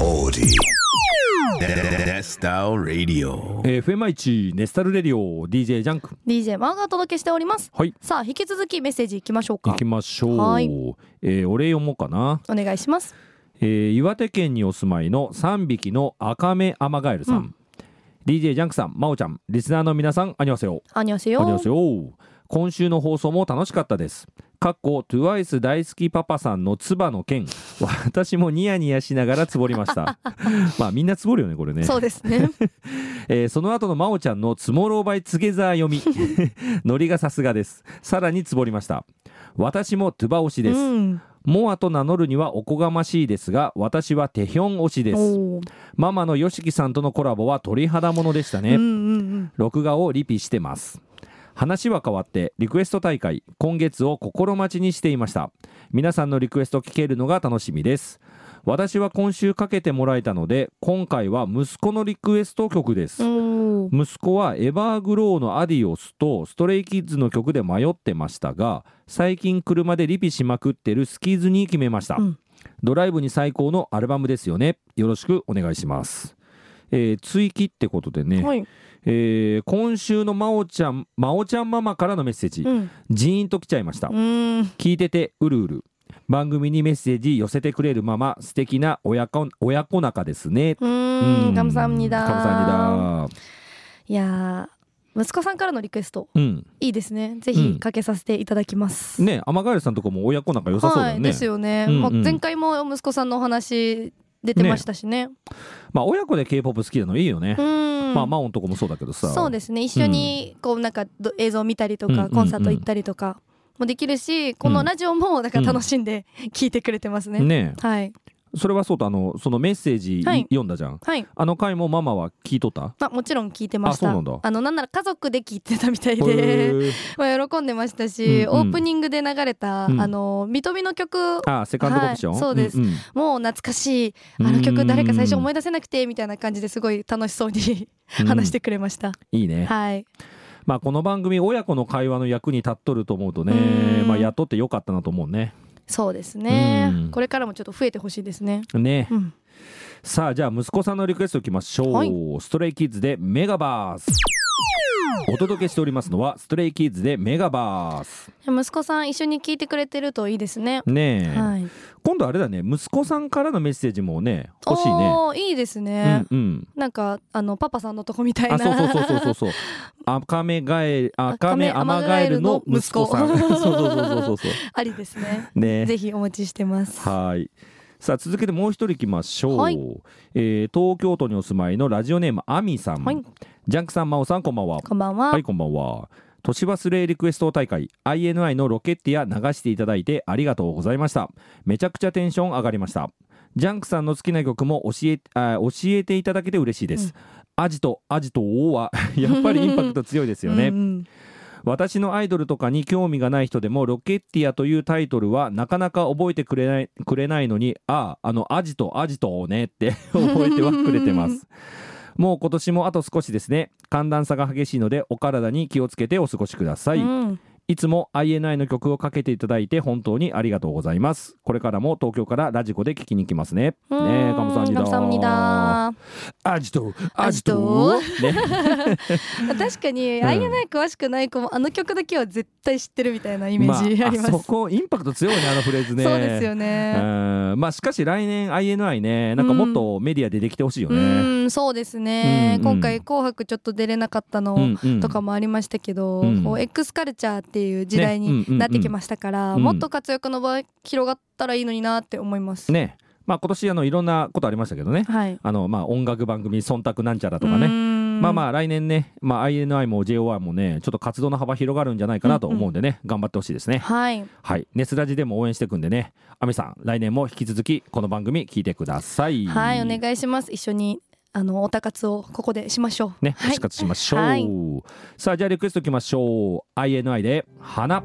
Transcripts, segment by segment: melody. Style Radio. えー FM1 ネスタルレディオ DJ ジャンク DJ マーがお届けしておりますはいさあ引き続きメッセージいきましょう行かきましょう、はいえーお礼読もうかな、お願いしますえー岩手県にお住まいの3匹の赤目アマガエルさん、うん DJ ジャンクさんまおちゃんリスナーの皆さんあにわせよアニョセヨあにわせよ今週の放送も楽しかったですかっこ TWICE 大好きパパさんのつばの件私もニヤニヤしながらつぼりました まあみんなつぼるよねこれねそうですねえーその後の真央ちゃんの「つもろうばいつげざー読み」 ノリがさすがですさらにつぼりました私もトゥバ推し うです、んモアと名乗るにはおこがましいですが私はテヒョン推しですおーママの YOSHIKI さんとのコラボは鳥肌ものでしたうねんうんうん録画をリピしてます話は変わってリクエスト大会今月を心待ちにしていました皆さんのリクエスト聞けるのが楽しみです私は今週かけてもらえたので今回は息子のリクエスト曲ですおー息子はエバーグローのアディオスとストレイキッズの曲で迷ってましたが最近車でリピしまくってるスキーズに決めました、うんドライブに最高のアルバムですよねよろしくお願いします、えー追記ってことでね、はい、えー今週の真央ちゃん真央ちゃんママからのメッセージ、うん、ジーンと来ちゃいました、うん、聞いててうるうる番組にメッセージ寄せてくれるママ素敵な親子親子仲ですねう、うんん 감사합니다 감사합니다 いやー、息子さんからのリクエスト、うんいいですね。ぜうんひかけさせていただきます。ねアマガエルさんとかも親子なんか良さそうだはよい、ね、ですよね。うんうんまあ前回も息子さんのお話出てましたしね。まあ親子で K-POP 好きなのいいよね、うん、まあマオンとこもそうだけどさそうですね。一緒にこうなんかど映像見たりとうんうんか、うんコンサート行ったりとかもできるし、このラジオもだから楽しんで聞いてくれてますね。ねはい、それはそうとあのそのメッセージ、はい読んだじゃんはい。あの回もママは聞いとったまあもちろん聞いてました。あそうなんだのなんなら家族で聞いてたみたいで。へーまあ、喜んでましたし、うんうんオープニングで流れた、うんあのみとみの曲あセカンドオプション、はいそうですんんもう懐かしいあのう曲ん誰か最初思い出せなくてみたいな感じですごい楽しそうにうん話してくれました、いいね、はいまあこの番組親子の会話の役に立っとると思うとねうんまあ雇ってよかったなと思うねそうですねうんこれからもちょっと増えてほしいですねねうんさあじゃあ息子さんのリクエストいきましょう、はいストレイキッズでメガバースお届けしておりますのはストレイキッズでメガバース息子さん一緒に聞いてくれてるといいですねねえ、はい今度あれだね息子さんからのメッセージもね欲しいねおーいいですね、うんうんなんかあのパパさんのとこみたいなあそうそうそうそうそうそう赤目ガエル赤目アマガエルの息子さんそう赤目アマガエルそのうそうそ息子うそう ありですね ねぜひお待ちしてますはいさあ続けてもう一人いきましょう、はいえー東京都にお住まいのラジオネームあみさん、はいジャンクさんまおさんこんばんはこんばんは、はいこんばんは年忘れリクエスト大会 INI のロケッティア流していただいてありがとうございましためちゃくちゃテンション上がりましたジャンクさんの好きな曲も教えあ教えていただけて嬉しいです、アジトアジト王はやっぱりインパクト強いですよね、うんうん私のアイドルとかに興味がない人でもロケッティアというタイトルはなかなか覚えてくれない くれないのにあああのアジトアジトをねって 覚えてはくれてますもう今年もあと少しですね寒暖差が激しいのでお体に気をつけてお過ごしください、うんいつも INI の曲をかけていただいて本当にありがとうございますこれからも東京からラジコで聞きに来ますねねえカムサンニ 감사합니다 アジトアアジジトトね 確かに、うんあいやない詳しくない子もあの曲だけは絶対知ってるみたいなイメージあります、あ、そこインパクト強いねあのフレーズねそうですよねうんまあしかし来年 INI ねなんかもっとメディアでできてほしいようね。んそうですね、うんうん今回「紅白」ちょっと出れなかったの、うんうんとかもありましたけど、うんこう X カルチャーっていう時代ねうんうんうにんなってきましたから、うんもっと活躍の場広がったらいいのになって思います。ねまあ今年あのいろんなことありましたけどねはい、あのまあ音楽番組忖度なんちゃらとかねねまあまああ来年ね、まあ、INI も JOI もねちょっと活動の幅広がるんじゃないかなと思うんでね、頑張ってほしいですねはいはいネスラジでも応援していくんでね亜美さん来年も引き続きこの番組聞いてくださいはいお願いします一緒にあのおたかつをここでしましょう。ね、はい推し活しましょう、はいさあじゃあリクエストいきましょう INI で「花」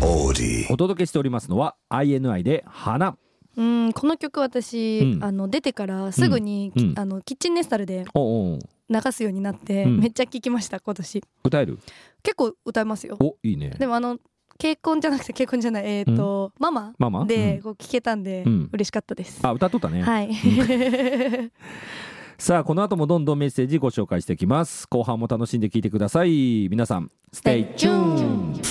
Audi. お届けしておりますのは INI で花うんこの曲私、うんあの出てからすぐに、うんあのキッチンネスタルでおうおう流すようになって、うんめっちゃ聴きました今年歌える結構歌いますよおいいねでもあの結婚じゃなくて結婚じゃないえっ、と、ママママでうんこう聞けたんで、うん嬉しかったです。あ歌っとったね、 はい。さあこの後もどんどんメッセージご紹介していきます後半も楽しんで聞いてください皆さん Stay tuned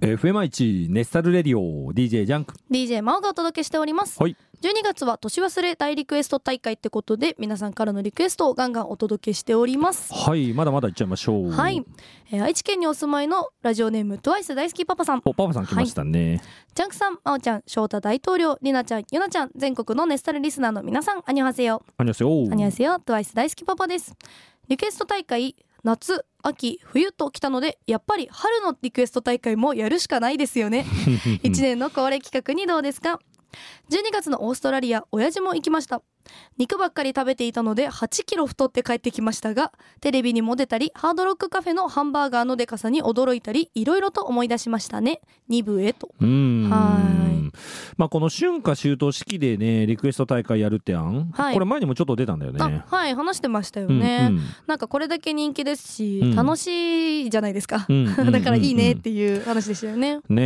FM1 ネスタルレディオ DJ ジャンク DJ マオがお届けしております。はい12月は年忘れ大リクエスト大会ってことで皆さんからのリクエストをガンガンお届けしております。はいまだまだいっちゃいましょうはい、えー愛知県にお住まいのラジオネーム TWICE 大好きパパさんおパパさん来ましたね、ジャンクさんまおちゃん翔太大統領りなちゃんゆなちゃん全国のネスタルリスナーの皆さんアニョハセヨありがとうアニョハセヨ TWICE 大好きパパですリクエスト大会夏秋冬と来たのでやっぱり春のリクエスト大会もやるしかないですよね1 年の恒例企画にどうですか12月のオーストラリア親父も行きました肉ばっかり食べていたので8キロ太って帰ってきましたがテレビにも出たりハードロックカフェのハンバーガーのデカさに驚いたりいろいろと思い出しましたね2部へとうんはまあこの春夏秋冬式でねリクエスト大会やるって案、はいこれ前にもちょっと出たんだよねあはい話してましたようんね、なんかこれだけ人気ですし、うん楽しいじゃないですかう、んうん だからいいねっうんていう話でしたよねうんね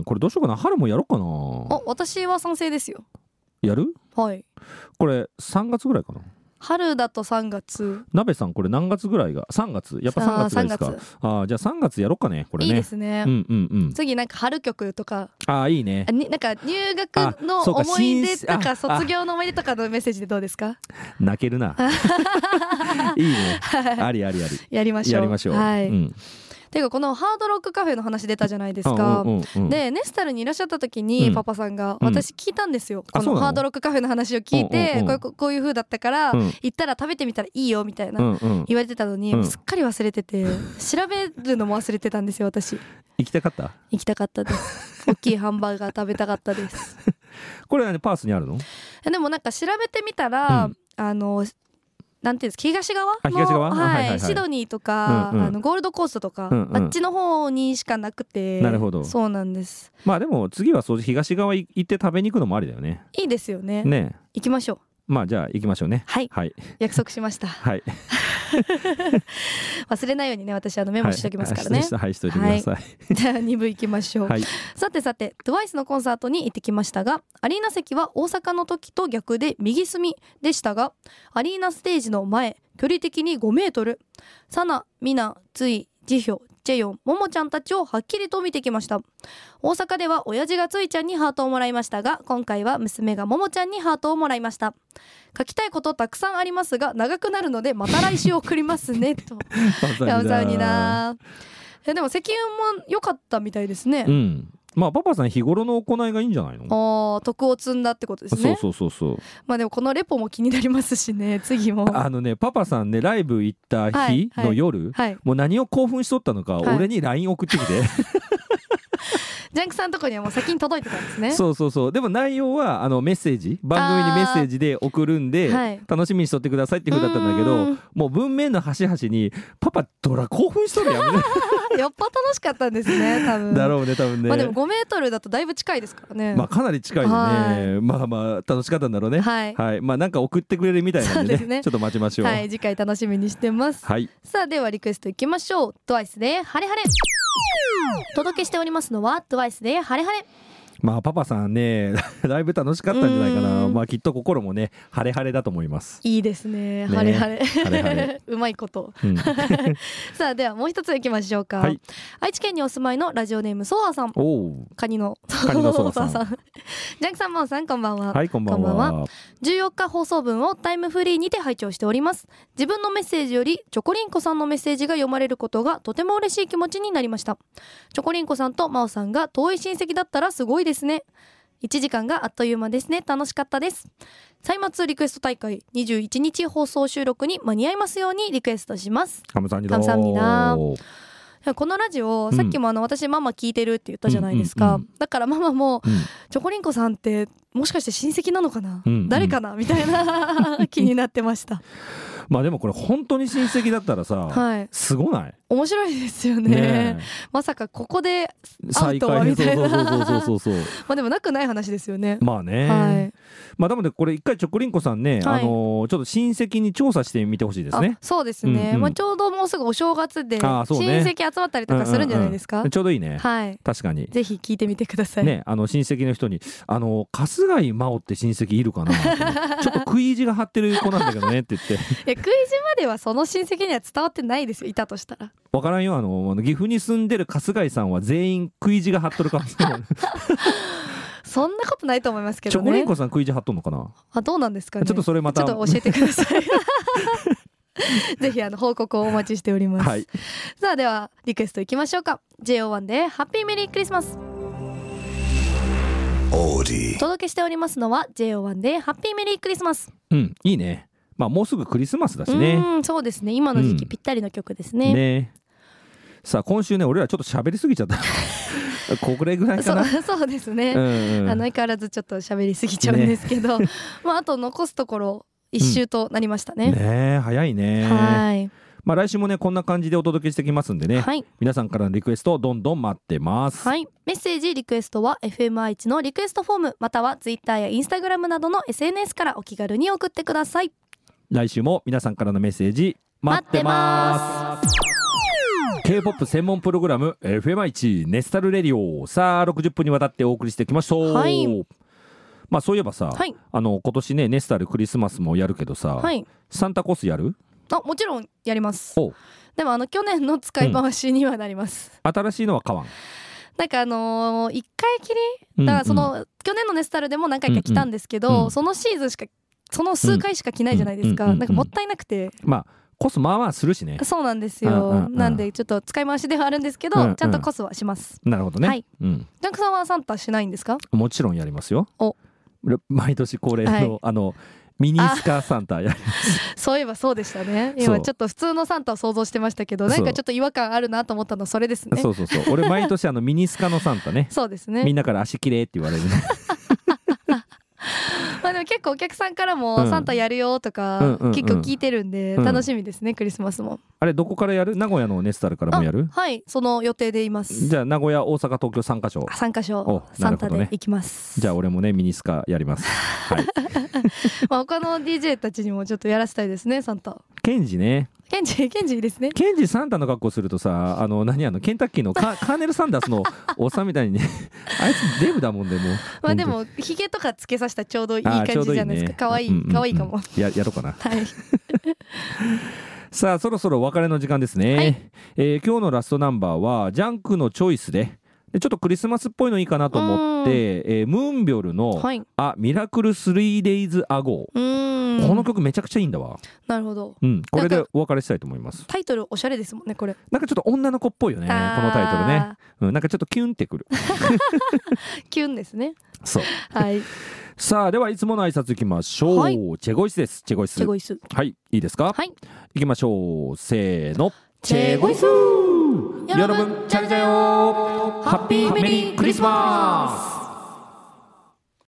えこれどうしようかな春もやろうかなお私は賛成ですよやるはいこれ3月ぐらいかな春だと3月鍋さんこれ何月ぐらいが3月やっぱ3月ぐらいですかあー3月あーじゃあ3月やろうかねこれいねいですね、うんうんうん次なんか春曲とかああいいねあになんか入学のあそうか思い出と新かあ卒業の思い出とかのメッセージでどうですか泣けるないいねありありありやりましょうやりましょうはいうんていうかこのハードロックカフェの話出たじゃないですあかうんうんうんでネスタルにいらっしゃった時うにんパパさんがうん私聞いたんですよ、あこそうのなのハードロックカフェの話を聞いてうんうんうんこういうこういう風だったから、うん行ったら食べてみたらいいよみたいな、うんうん言われてたのに、うんすっかり忘れ てて調べるのも忘れてたんですよ私行きたかった行きたかったで す大きいハンバーガー食べたかったですこれはねパースにあるのでもなんか調べてみたら、うんあのなんていうんですか東側あの東側あははいいはいはいシドニーとか、うんうんあのゴールドコーストとか、うんうんあっちの方にしかなくてなるほどそうなんですまあでも次はそう東側行って食べに行くのもありだよねいいですよねねえ行きましょうまあじゃあ行きましょうねはいはい約束しましたはい忘れないようにね私あのメモしておきますからね、はいしはいしといてください じゃあ2部行きましょう、はいさてさて TWICE のコンサートに行ってきましたがアリーナ席は大阪の時と逆で右隅でしたがアリーナステージの前距離的に5メートルサナ、ミナ、ツイ、ジヒョ、ジェヨン、モモちゃんたちをはっきりと見てきました大阪では親父がツイちゃんにハートをもらいましたが今回は娘がモモちゃんにハートをもらいました書きたいことたくさんありますが長くなるのでまた来週送りますねとバやンうザざーうニにーなえでも石油も良かったみたいですね、うんまあパパさん日頃の行いがいいんじゃないのあー徳を積んだってことですねそうそうそうそうまあでもこのレポも気になりますし ね次もあのねパパさんねライブ行った日の夜、はいもう何を興奮しとったのか、はい俺に LINE 送ってき てジャンクさんのとこにはもう先に届いてたんですねそうそうそうでも内容はあのメッセージ番組にメッセージで送るんで、はい楽しみにしとってくださいっていうことだったんだけどうーんもう文面の端々に「パパドラ興奮しとるやん」みたい よっぽど楽しかったんです ねな多分だろうね多分ね。まあでも5メートルだとだいぶ近いですからね、まあかなり近いよね、はまあまあ楽しかったんだろうねい、はい、まあなんか送ってくれるみたいなんでねそうですねちょっと待ちましょうはい、次回楽しみにしてますはいさあではリクエストいきましょう TWICE で「ハレハレ」お届けしておりますのは TWICE で「ハレハレまあパパさんね ライブ楽しかったんじゃないかなうんまあきっと心もね晴れ晴れだと思います」いいですねねハレハレハレハ レうまいことうんさあではもう一ついきましょうか、はい愛知県にお住まいのラジオネームソワさんおおカニのカニのソワさん ジャンクさんマオさんこんばんは、はいこんばんはこんばん14日放送分をタイムフリーにて拝聴しております自分のメッセージよりチョコリンコさんのメッセージが読まれることがとても嬉しい気持ちになりましたチョコリンコさんとマオさんが遠い親戚だったらすごいですね1時間があっという間ですね楽しかったです歳末リクエスト大会21日放送収録に間に合いますようにリクエストしますカムサンニカムサハムニダおーこのラジオうんさっきもあの私ママ聞いてるって言ったじゃないですか、うんうんだからママもうんチョコリンコさんってもしかして親戚なのかな、うんうん誰かなみた いな気になってましたまあでもこれ本当に親戚だったらさ、はいすごない面白いですよねねまさかここでえアウトはみそうたいそうなそうそうそうそうまあでもなくない話ですよね、まあね、はいまあでもねこれ一回チョコリンコさんね、はいあのーちょっと親戚に調査してみてほしいですねあそうですね、うんうんまあ、ちょうどもうすぐお正月で親あそうね戚集まったりとかするんじゃないですか、ちょうどいいね、はい確かにぜひ聞いてみてください、ね、あの親戚の人に「あの春日井真央って親戚いるか な?」ちょっと食い意地が張ってる子なんだけどね」って言っていや食い地まではその親戚には伝わってないですよいたとしたら「わからんよあの岐阜に住んでる春日井さんは全員食い意地が張っとるかもしれないそんなことないと思いますけチどョコリねンコさん食い意地張っとんのかな、あどうなんですかねちょっとそれまたちょっと教えてください ぜひあの報告をお待ちしております、はいさあではリクエストいきましょうか JO1 でハッピーメリークリスマス Audi. お届けしておりますのは JO1 でハッピーメリークリスマス、うんいいねまあもうすぐクリスマスだうしねーんそうですね今の時期うんぴったりの曲ですね,、ねさあ今週ね俺らちょっと喋りすぎちゃった これぐらいかそなう そうですね、うんうあんの相変わらずちょっと喋りすぎちゃうんですけど、まああと残すところ一周となりましたね。ねえ早いねはい、まあ来週もねこんな感じでお届けしてきますんでね、はい、皆さんからのリクエストをどんどん待ってます、はい、メッセージリクエストは FMI1 のリクエストフォームまたは Twitter や Instagram などの SNS からお気軽に送ってください。来週も皆さんからのメッセージ待ってます K-POP 専門プログラム FMI1 ネスタルレディオさあ60分にわたってお送りしてきましょう、はいまあそういえばさ、はいあの今年ねネスタルクリスマスもやるけどさ、はい、サンタコスやるあもちろんやりますおう。でもあの去年の使い回しにはなります。新しいのは買わんなんかあのー一回きうんりだからその、去年のネスタルでも何回か来たんですけど、うんうんそのシーズンしかその数回しか着ないじゃないですうか、んうんうんなんかもったいなくて、まあコスまあまあするしねそうなんですうんうんよ。うんなんでちょっと使い回しではあるんですけうんうど、んちゃんとコスはします。なるほどね、はいうん、ジャンクさんはサンタしないんですか？もちろんやりますよお毎年恒例の、はいあのミニスカサンタやそういえばそうでしたね。そう今ちょっと普通のサンタを想像してましたけど、そうなんかちょっと違和感あるなと思ったのはそれですね。そうそうそう俺毎年あのミニスカのサンタねそうですみね。んなから足きれいって言われるねまあでも結構お客さんからうもんサンタやるよとかうんうんうん結構聞いてるんでうん楽しみですね。クリスマスも。あれどこからやる名古屋のネスタルからもやるはい、その予定でいます。じゃあ名古屋大阪東京三カ所あ三箇所おサンタなるほどねで行きます。じゃあ俺もねミニスカやりますはいまあ他の DJ たちにもちょっとやらせたいですね。サンタ。ケンジねケンジケンジいいですね。ケンジサンタの格好するとさあの何あのケンタッキーの カカーネル・サンダースのおっさんみたいにねあいつデブだもんでもうまあでもひげとかつけさせたらちょうどいい感あーちょうじどじゃないですか。可愛うんいうんうん可愛いかも。ややろうかなはい。さあそろそろお別れの時間ですね、はいえー今日のラストナンバーはジャンクのチョイスででちょっとクリスマスっぽいのいいかなと思って、えームーンビョルの「はい。うあミラクル 3days ago」ーん。この曲めちゃくちゃいいんだわ、なるほど。うん、これなでんお別れしたいと思いますタイトルおしゃれですもんねこれ。なんかちょっと女の子っぽいよねこあーのタイトルね、。うん、なんかちょっとキュンってく るキュンですね。そうはい。さあではいつもの挨拶いきましょう、はいチェゴイスですチェゴイスチェゴイス。はいいいですか、はい。いきましょうせーのチェゴイス 여러분잘자요ハッピーメリークリスマス